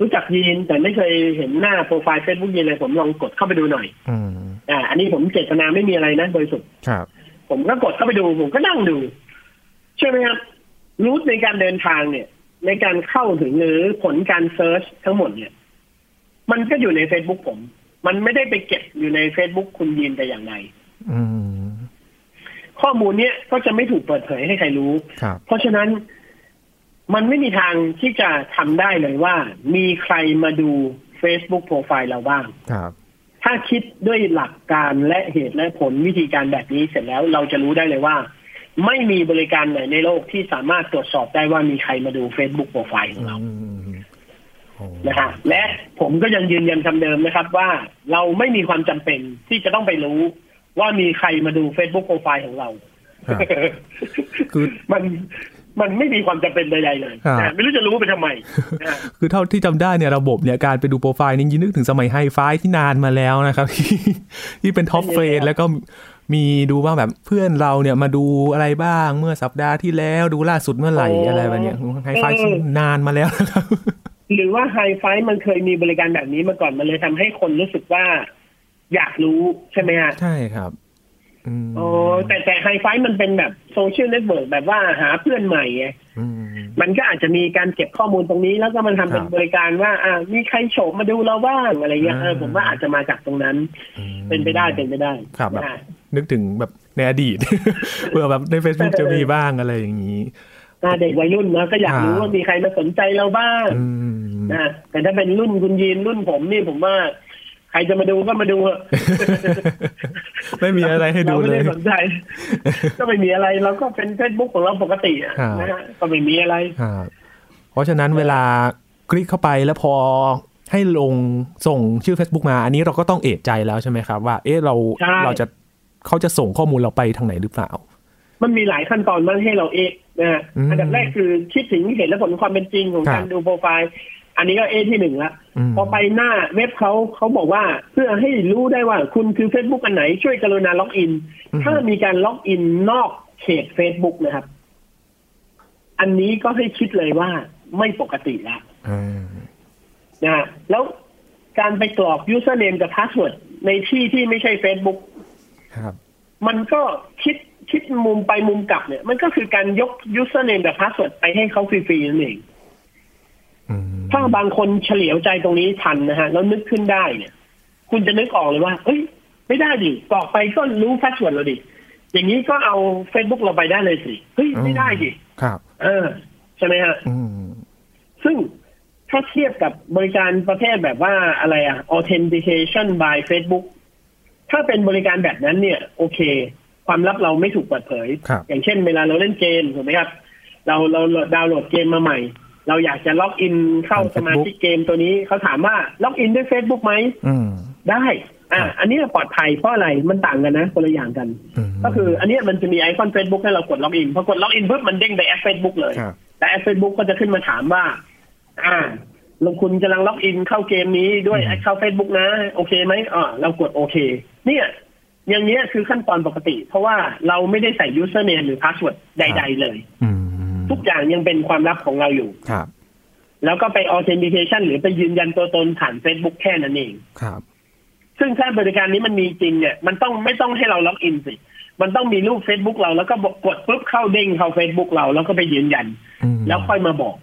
Speaker 2: รู้จักยีน แต่ไม่เคยเห็นหน้าโปรไฟล์ Facebook ยีนเลย ผมลองกดเข้าไปดูหน่อย
Speaker 1: อืม
Speaker 2: อ่า อันนี้ผมเจตนาไม่มีอะไรนะโดยสุด
Speaker 1: ครับ
Speaker 2: ผมก็กดเข้าไปดู ผมก็นั่งดู ใช่ไหมครับรูทในการเดินทางเนี่ย ในการเข้าถึงหรือผลการเซิร์ชทั้งหมดเนี่ย มันก็อยู่ใน Facebook ผม มันไม่ได้ไปเก็บอยู่ใน Facebook คุณยีนแต่อย่างไร
Speaker 1: อืม
Speaker 2: ข้อมูลเนี้ยก็จะไม่ถูกเปิดเผยให้ใครรู้
Speaker 1: ครับ
Speaker 2: เพราะฉะนั้นมันไม่มีทางที่จะทำได้เลยว่า มีใครมาดู Facebook โปรไฟล์เราบ้าง
Speaker 1: ครับ
Speaker 2: ถ้าคิดด้วยหลักการและเหตุและผลวิธีการแบบนี้เสร็จแล้วเราจะรู้ได้เลยว่า ไม่มีบริการไหนในโลกที่สามารถตรวจสอบได้ว่ามีใครมาดู Facebook โปรไฟล์ข
Speaker 1: อื
Speaker 2: องเรา
Speaker 1: มโอ้
Speaker 2: นะฮะและผมก็ยังยืนยันคำเดิมนะครับว่าเราไม่มีความจำเป็นที่จะต้องไปรู้ว่ามีใครมาดู Facebook โปรไฟล์ของเรา
Speaker 1: ครับ คือ
Speaker 2: มันมันไม่มีความจำเป็นใดๆเลย
Speaker 1: ครับ
Speaker 2: นะไม่รู้จะรู้ไปทำไมนะฮะ
Speaker 1: คือเท่าที่จำได้เนี่ยระบบเนี่ยการไปดูโปรไฟล์นี่ยิ่งนึกถึงสมัยไฮไฟที่นานมาแล้วนะครับ ที่ที่เป็นท็อป
Speaker 2: เป็น
Speaker 1: เฟ
Speaker 2: ไง
Speaker 1: รน
Speaker 2: ครับ
Speaker 1: แล้วก็มีดูบ้างแบบเพื่อนเราเนี่ยมาดูอะไรบ้างเมื่อสัปดาห์ที่แล้วดูล่าสุดเมื่อไหร่อะไรแบบเนี้ยไฮไฟนานมาแล้วนะครับ
Speaker 2: หรือว่าไฮไฟมันเคยมีบริการแบบนี้มาก่อนมันเลยทำให้คนรู้สึกว่า อยากรู้ ใช่ไหมฮะ
Speaker 1: ใช่ครับอืม
Speaker 2: โอ้แต่แต่ไฮไฟมันเป็นแบบโซเชียลเน็ตเวิร์กแบบว่าหาเพื่อนใหม่ไง
Speaker 1: อืม
Speaker 2: มันก็อาจจะมีการเก็บข้อมูลตรงนี้ แล้วก็มันทำเป็น
Speaker 1: ครับ
Speaker 2: บริการว่า อ่า มีใครโฉมมาดูเราบ้างอะไรเงี้ยเออ
Speaker 1: อ่า
Speaker 2: ผมว่าอาจจะมาจากตรงนั้น เป็นไปได้เป็นไปได้
Speaker 1: ครับแบบ
Speaker 2: นะ
Speaker 1: นึกถึงแบบในอดีต เผื่อแบบใน Facebook
Speaker 2: เออ
Speaker 1: จะมีบ้างอะไรอย่างนี้
Speaker 2: อ่าเด็กวัยรุ่นนะก็อยากรู้
Speaker 1: อ่า
Speaker 2: ว่ามีใครมาสนใจเราบ้าง
Speaker 1: อื ม
Speaker 2: นะแต่ถ้าเป็นรุ่นคุณยีนรุ่นผมนี่ผมว่า ใครจะมาดูก็มาดูเถอะ
Speaker 1: ไม่มีอะไรให้ดู
Speaker 2: เราไม่
Speaker 1: เลย
Speaker 2: ได้สนใจ ก็ไม่มีอะไรเราก็เป็นเฟซบุ๊กของเราปกติอะ
Speaker 1: ครับ
Speaker 2: นะฮะก็ไม่มีอะไร
Speaker 1: ครับเพราะฉะนั้นเวลาคลิกเข้าไปแล้วพอให้ลงส่งชื่อ Facebook มา อันนี้เราก็ต้องเอะใจแล้วใช่ไหมครับ ว่า เอ๊ะเรา
Speaker 2: ใช่
Speaker 1: เราจะเขาจะส่งข้อมูลเราไปทางไหนหรือเปล่า
Speaker 2: มันมีหลายขั้นตอนมันให้เราเอะนะฮะ
Speaker 1: อืม
Speaker 2: อันดับแรกคือคิดถึงเหตุและผลความเป็นจริงของ
Speaker 1: ครับ
Speaker 2: การดูโปรไฟล์ อันนี้ก็เอะที่หนึ่งละ
Speaker 1: ม
Speaker 2: พอไปหน้าเว็บเขาเขาบอกว่าเพื่อให้รู้ได้ว่าคุณคือ Facebook อันไหนช่วยกรุณาล็อกอิน ถ้ามีการล็อกอินนอกเขต Facebook นะครับ อันนี้ก็ให้คิดเลยว่าไม่ปกติแล้ว
Speaker 1: อ่า
Speaker 2: นะฮะแล้วการไปกรอก username กับ password ในที่ที่ไม่ใช่ Facebook
Speaker 1: ครับ
Speaker 2: มันก็คิดคิดมุมไปมุมกลับเนี่ย มันก็คือการยก username กับ password ไปให้เขาฟรีๆนั่นเอง
Speaker 1: อืม
Speaker 2: ถ้าบางคนเฉลียวใจตรงนี้ทันนะฮะ แล้วนึกขึ้นได้เนี่ย คุณจะนึกออกเลยว่าเฮ้ย ไม่ได้ดิกรอกไปก็รู้พาสเวิร์ดเราดิ อย่างนี้ก็เอา Facebook เราไปได้เลยสิ เฮ้ย ไม่ได้ดิ
Speaker 1: ครับ
Speaker 2: เออ ใช่ไหมฮะ
Speaker 1: อืม
Speaker 2: ซึ่งถ้าเทียบกับบริการประเภทแบบว่าอะไรอะ authentication by Facebook ถ้าเป็นบริการแบบนั้นเนี่ย โอเค ความลับเราไม่ถูกเปิดเผย
Speaker 1: ครับ
Speaker 2: อย่างเช่นเวลาเราเล่นเกมถูกไหมครับ เราเราดาวน์โหลดเกมมาใหม่ เราอยากจะล็อกอินเข้า
Speaker 1: ผ่าน Facebook
Speaker 2: สมาชิกเกมตัวนี้เขาถามว่าล็อกอินด้วย Facebook ไหม
Speaker 1: อืม
Speaker 2: ได้ อ่า
Speaker 1: ครับ
Speaker 2: อันนี้ปลอดภัยเพราะอะไรมันต่างกันนะคนละอย่างกัน
Speaker 1: ม
Speaker 2: ก็คืออันเนี้ยมันจะมีไอคอน Facebook ให้เรากดล็อกอินพอกดล็อกอินปุ๊บมันเด้งไปแอป Facebook เลย
Speaker 1: ครับ
Speaker 2: แต่แอดเฟซบุ๊กก็จะขึ้นมาถามว่า อ่า ลงคุณกำลังล็อกอินเข้าเกมนี้ด้วย
Speaker 1: อืม
Speaker 2: แอคเคาท์เฟซบุ๊กนะ โอเคไหมอ่าเรากดโอเค เนี่ย อย่างเนี้ยคือขั้นตอนปกติ เพราะว่าเราไม่ได้ใส่ username หรือ password ใด ๆ เลย
Speaker 1: อืม
Speaker 2: ทุกอย่างยังเป็นความลับของเราอยู่
Speaker 1: ครับ
Speaker 2: แล้วก็ไป authentication หรือไปยืนยันตัวตนผ่าน Facebook แค่นั้นเอง
Speaker 1: ครับ
Speaker 2: ซึ่งถ้าบริการนี้มันมีจริงเนี่ย มันต้องไม่ต้องให้เราล็อกอินสิ มันต้องมีรูป Facebook เราแล้วก็กดปุ๊บเข้าเด้งเข้า Facebook เราแล้วก็ไปยืนยัน
Speaker 1: อืม
Speaker 2: แล้วค่อยมาบอก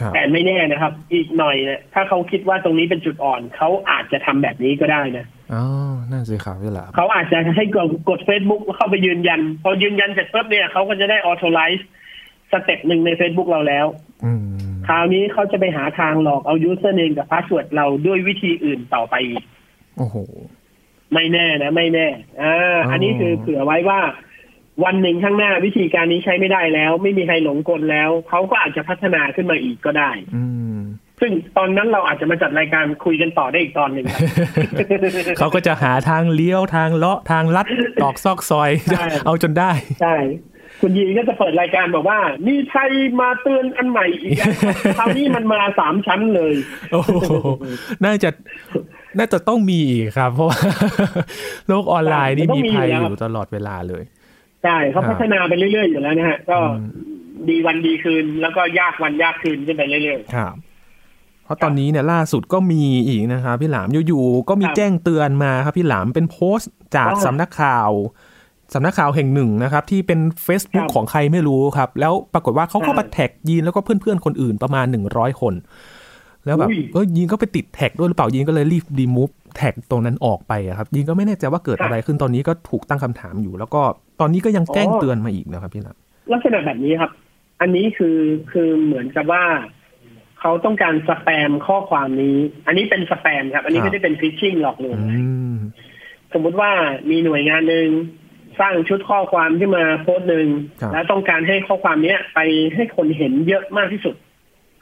Speaker 1: ครับ
Speaker 2: แต่ไม่แน่นะครับ อีกหน่อยเนี่ยถ้าเขาคิดว่าตรงนี้เป็นจุดอ่อน เขาอาจจะทำแบบนี้ก็ได้นะ
Speaker 1: อ๋อนั่นสิครับพี่หลาม
Speaker 2: เขาอาจจะให้กดกด Facebook แล้วเข้าไปยืนยัน พอยืนยันเสร็จปุ๊บเนี่ยเขาก็จะได้ออโตไลซ์สเต็ปหนึ่งใน Facebook เราแล้ว
Speaker 1: อืม
Speaker 2: คราวนี้เขาจะไปหาทางหลอกเอา username กับ password เราด้วยวิธีอื่นต่อไปอีก
Speaker 1: โอ้โห
Speaker 2: ไม่แน่นะไม่แน่อ่าอันนี้คือเผื่อไว้ว่า วันหนึ่งข้างหน้าวิธีการนี้ใช้ไม่ได้แล้ว ไม่มีใครหลงกลแล้วเขาก็อาจจะพัฒนาขึ้นมาอีกก็ได้
Speaker 1: อืม
Speaker 2: ซึ่งตอนนั้นเราอาจจะมาจัดรายการคุยกันต่อได้อีกตอนหนึ่งครับ
Speaker 1: เขาก็จะหาทางเลี้ยวทางเลาะทางลัดตอกซอกซอย
Speaker 2: ใช่
Speaker 1: เอาจนได้
Speaker 2: ใช่คุณยีนก็จะเปิดรายการบอกว่า มีไทยมาเตือนอันใหม่อีกแล้วคราวนี้มันมาสามชั้นเลย
Speaker 1: โอ้โหน่าจะน่าจะต้องมีอีกครับ เพราะว่า โลกออนไลน์นี่
Speaker 2: มันต้อ
Speaker 1: มี
Speaker 2: งมี
Speaker 1: ภัย
Speaker 2: อยู่
Speaker 1: อ
Speaker 2: แล้ว
Speaker 1: ยู่ตลอดเวลาเลย
Speaker 2: ใช่เขา
Speaker 1: ครับ
Speaker 2: พัฒนาไปเรื่อยๆอยู่แล้วนะฮะ ก็ดีวันดีคืน แล้วก็ยากวันยากคืนขึ้นไปเรื่อย
Speaker 1: ครับ เพราะตอนนี้เนี่ยล่าสุดก็มีอีกนะครับพี่หลามอยู่ๆก็มี
Speaker 2: ครับ
Speaker 1: แจ้งเตือนมาครับพี่หลามเป็นโพสต์จาก
Speaker 2: อ๋อ
Speaker 1: สำนักข่าวสำนักข่าวแห่งหนึ่งนะครับ ที่เป็น Facebook
Speaker 2: ครับ
Speaker 1: ของใครไม่รู้ครับ แล้วปรากฏว่าเขาเข้า
Speaker 2: ครั
Speaker 1: มา
Speaker 2: บ
Speaker 1: แท็กยีนแล้วก็เพื่อนๆคนอื่นประมาณ 100 คน แล้วแบบ
Speaker 2: อุ้ย
Speaker 1: เออยิงก็ไปติดแท็กด้วยหรือเปล่ายิงก็เลยรีบดีมูฟแท็กตรงนั้นออกไปอะครับยิงก็ไม่แน่ใจว่าเกิดอะไรขึ้นตอนนี้ก็ถูกตั้งคำถามอยู่ แล้วก็ตอนนี้ก็ยังแจ้งเตือนมาอีกนะครับพี่นะ
Speaker 2: ลักษณะแบบนี้ครับ อันนี้คือคือเหมือนกับว่า เขาต้องการสแปมข้อความนี้ อันนี้เป็นสแปมครับ อัน
Speaker 1: ค
Speaker 2: นี้
Speaker 1: รับ
Speaker 2: ไม่ได้เป็นฟิชชิงหลอกลวง
Speaker 1: อืม
Speaker 2: สมมุติว่ามีหน่วยงานหนึ่งสร้างชุดข้อความขึ้นมาโพสต์หนึ่งแล้วต้องการให้ข้อความเนี้ย ไปให้คนเห็นเยอะมากที่สุด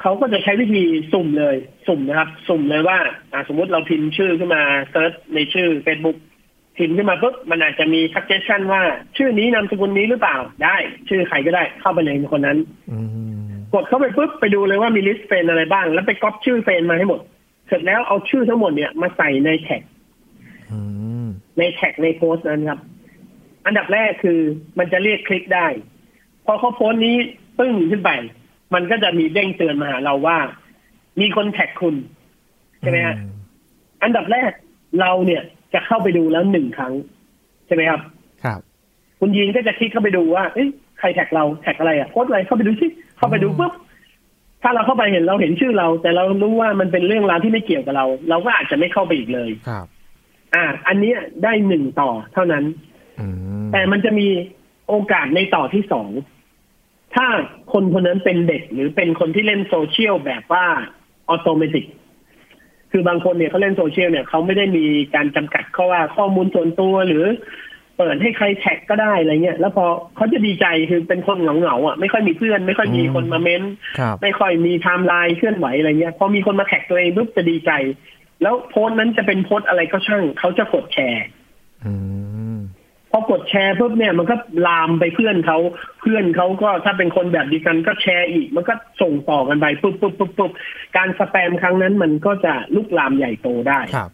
Speaker 2: เขาก็จะใช้วิธีสุ่มเลย สุ่มนะครับ สุ่มเลยว่าอ่าสมมุติเราพิมพ์ชื่อขึ้นมาเซิร์ชในชื่อ Facebook พิมพ์ขึ้นมาปุ๊บมันอาจจะมี suggestion ว่า ชื่อนี้นามสกุลนี้หรือเปล่าได้ ชื่อใครก็ได้เข้าไปเลยคนนั้น
Speaker 1: อืม
Speaker 2: กดเข้าไปปุ๊บไปดูเลยว่ามีลิสต์เฟรนอะไรบ้าง แล้วไปก๊อปชื่อเฟรนมาให้หมด เสร็จแล้วเอาชื่อทั้งหมดเนี่ยมาใส่ในแท็ก
Speaker 1: อืม
Speaker 2: ในแท็กในโพสต์นั้นครับ อันดับแรกคือมันจะเรียกคลิกได้ พอเขาโพสต์นี้ปึ้งขึ้นไป มันก็จะมีเด้งเตือนมาหาเราว่า มีคนแท็กคุณใช่ไหมฮะ
Speaker 1: อื
Speaker 2: อันดับแรกเราเนี่ยจะเข้าไปดูแล้วหนึ่งครั้งใช่ไหมครับ
Speaker 1: ครับ
Speaker 2: คุณยิงก็จะคลิกเข้าไปดูว่า เอ้ยใครแท็กเราแท็กอะไรอ่ะโพสต์อะไรเข้าไปดูสิเข้าไปดูปุ๊บ ถ้าเราเข้าไปเห็นเราเห็นชื่อเรา แต่เรารู้ว่ามันเป็นเรื่องราวที่ไม่เกี่ยวกับเรา เราก็อาจจะไม่เข้าไปอีกเลย
Speaker 1: ครับ
Speaker 2: อ่า อันเนี้ยได้หนึ่งต่อเท่านั้น
Speaker 1: อืม
Speaker 2: แต่มันจะมีโอกาสในต่อที่สอง ถ้าคนคนนั้นเป็นเด็กหรือเป็นคนที่เล่นโซเชียลแบบว่าออโตเมติก คือบางคนเนี่ยเขาเล่นโซเชียลเนี่ยเขาไม่ได้มีการจำกัดข้อว่าข้อมูลส่วนตัวหรือ เปิดให้ใครแท็กก็ได้อะไรเงี้ย แล้วพอเขาจะดีใจคือเป็นคนเหงาๆอ่ะไม่ค่อยมีเพื่อน ไม่ค่อยมีคนมาเม้น
Speaker 1: ครับ
Speaker 2: ไม่ค่อยมีไทม์ไลน์เคลื่อนไหวอะไรเงี้ยพอมีคนมาแท็กตัวเองปุ๊บจะดีใจ แล้วโพสต์นั้นจะเป็นโพสต์อะไรก็ช่างเขาจะกดแชร์
Speaker 1: อืม
Speaker 2: พอกดแชร์ปุ๊บเนี่ยมันก็ลามไปเพื่อนเขาเพื่อนเขาก็ถ้าเป็นคนแบบเดียวกันก็แชร์อีก มันก็ส่งต่อกันไปปุ๊บปุ๊บปุ๊บปุ๊บการสแปมครั้งนั้นมันก็จะลุกลามใหญ่โตได้
Speaker 1: ครับ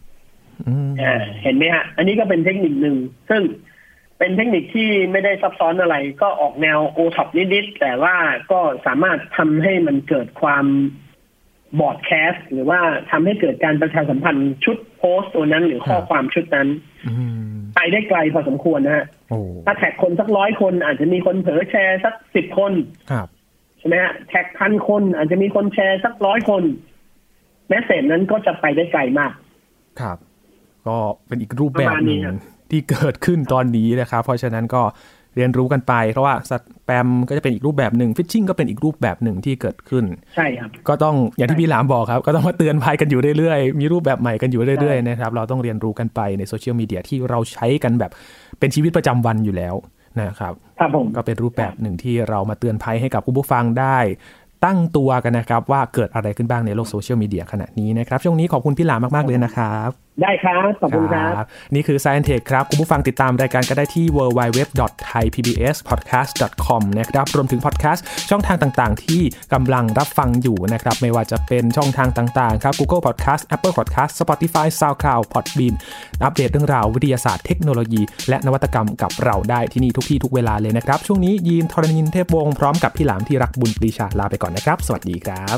Speaker 1: อืม
Speaker 2: อ่าเห็นไหมฮะ อันนี้ก็เป็นเทคนิคหนึ่ง ซึ่งเป็นเทคนิคที่ไม่ได้ซับซ้อนอะไร ก็ออกแนวโอท็อปนิดๆแต่ว่าก็สามารถทำให้มันเกิดความบอดแคสต์หรือว่าทำให้เกิดการประชาสัมพันธ์ชุดโพสต์ตัวนั้น หรือข้อความชุดนั้น
Speaker 1: อืม
Speaker 2: ไปได้ไกลพอสมควรนะฮะ
Speaker 1: โอ้
Speaker 2: ถ้าแท็กคนสักร้อยคน อาจจะมีคนเผลอแชร์สักสิบคน
Speaker 1: ครับ
Speaker 2: ใช่ไหมฮะแท็กพันคนอาจจะมีคนแชร์สักร้อยคนแมสเซจนั้นก็จะไปได้ไกลมาก
Speaker 1: ครับ ก็เป็นอีกรูปแบบหนึ่ง
Speaker 2: ประมาณนี้ครับ
Speaker 1: ที่เกิดขึ้นตอนนี้นะครับ เพราะฉะนั้นก็เรียนรู้กันไป เพราะว่าสแปมก็จะเป็นอีกรูปแบบหนึ่งฟิชชิงก็เป็นอีกรูปแบบหนึ่งที่เกิดขึ้น
Speaker 2: ใช่ครับ
Speaker 1: ก็ต้องอย่างที่พี่หลามบอกครับ ก็ต้องมาเตือนภัยกันอยู่เรื่อยๆ มีรูปแบบใหม่กันอยู่เรื่อยๆนะครับเราต้องเรียนรู้กันไปในโซเชียลมีเดียที่เราใช้กันแบบเป็นชีวิตประจำวันอยู่แล้วนะครับ
Speaker 2: ครับผม
Speaker 1: ก็เป็นรูปแบบหนึ่งที่เรามาเตือนภัยให้กับคุณผู้ฟังได้ ตั้งตัวกันนะครับ ว่าเกิดอะไรขึ้นบ้างในโลกโซเชียลมีเดียขณะนี้นะครับช่วงนี้ขอบคุณพี่หลามมากๆเลยนะครับ
Speaker 2: ได้ครับ ขอบคุณครับ
Speaker 1: ครับนี่คือ Science Tech ครับ คุณผู้ฟังติดตามรายการก็ได้ที่ www.thaipbspodcast.com นะครับ รวมถึงพอดแคสต์ช่องทางต่างๆ ที่กำลังรับฟังอยู่นะครับ ไม่ว่าจะเป็นช่องทางต่างๆ ครับ Google Podcast Apple Podcast Spotify SoundCloud Podbean อัปเดตเรื่องราววิทยาศาสตร์เทคโนโลยี และนวัตกรรมกับเราได้ที่นี่ทุกที่ทุกเวลาเลยนะครับ ช่วงนี้ยีนทรณินเทพวงศ์พร้อมกับพี่หลามที่รักบุญปรีชาลาไปก่อนนะครับ สวัสดีครับ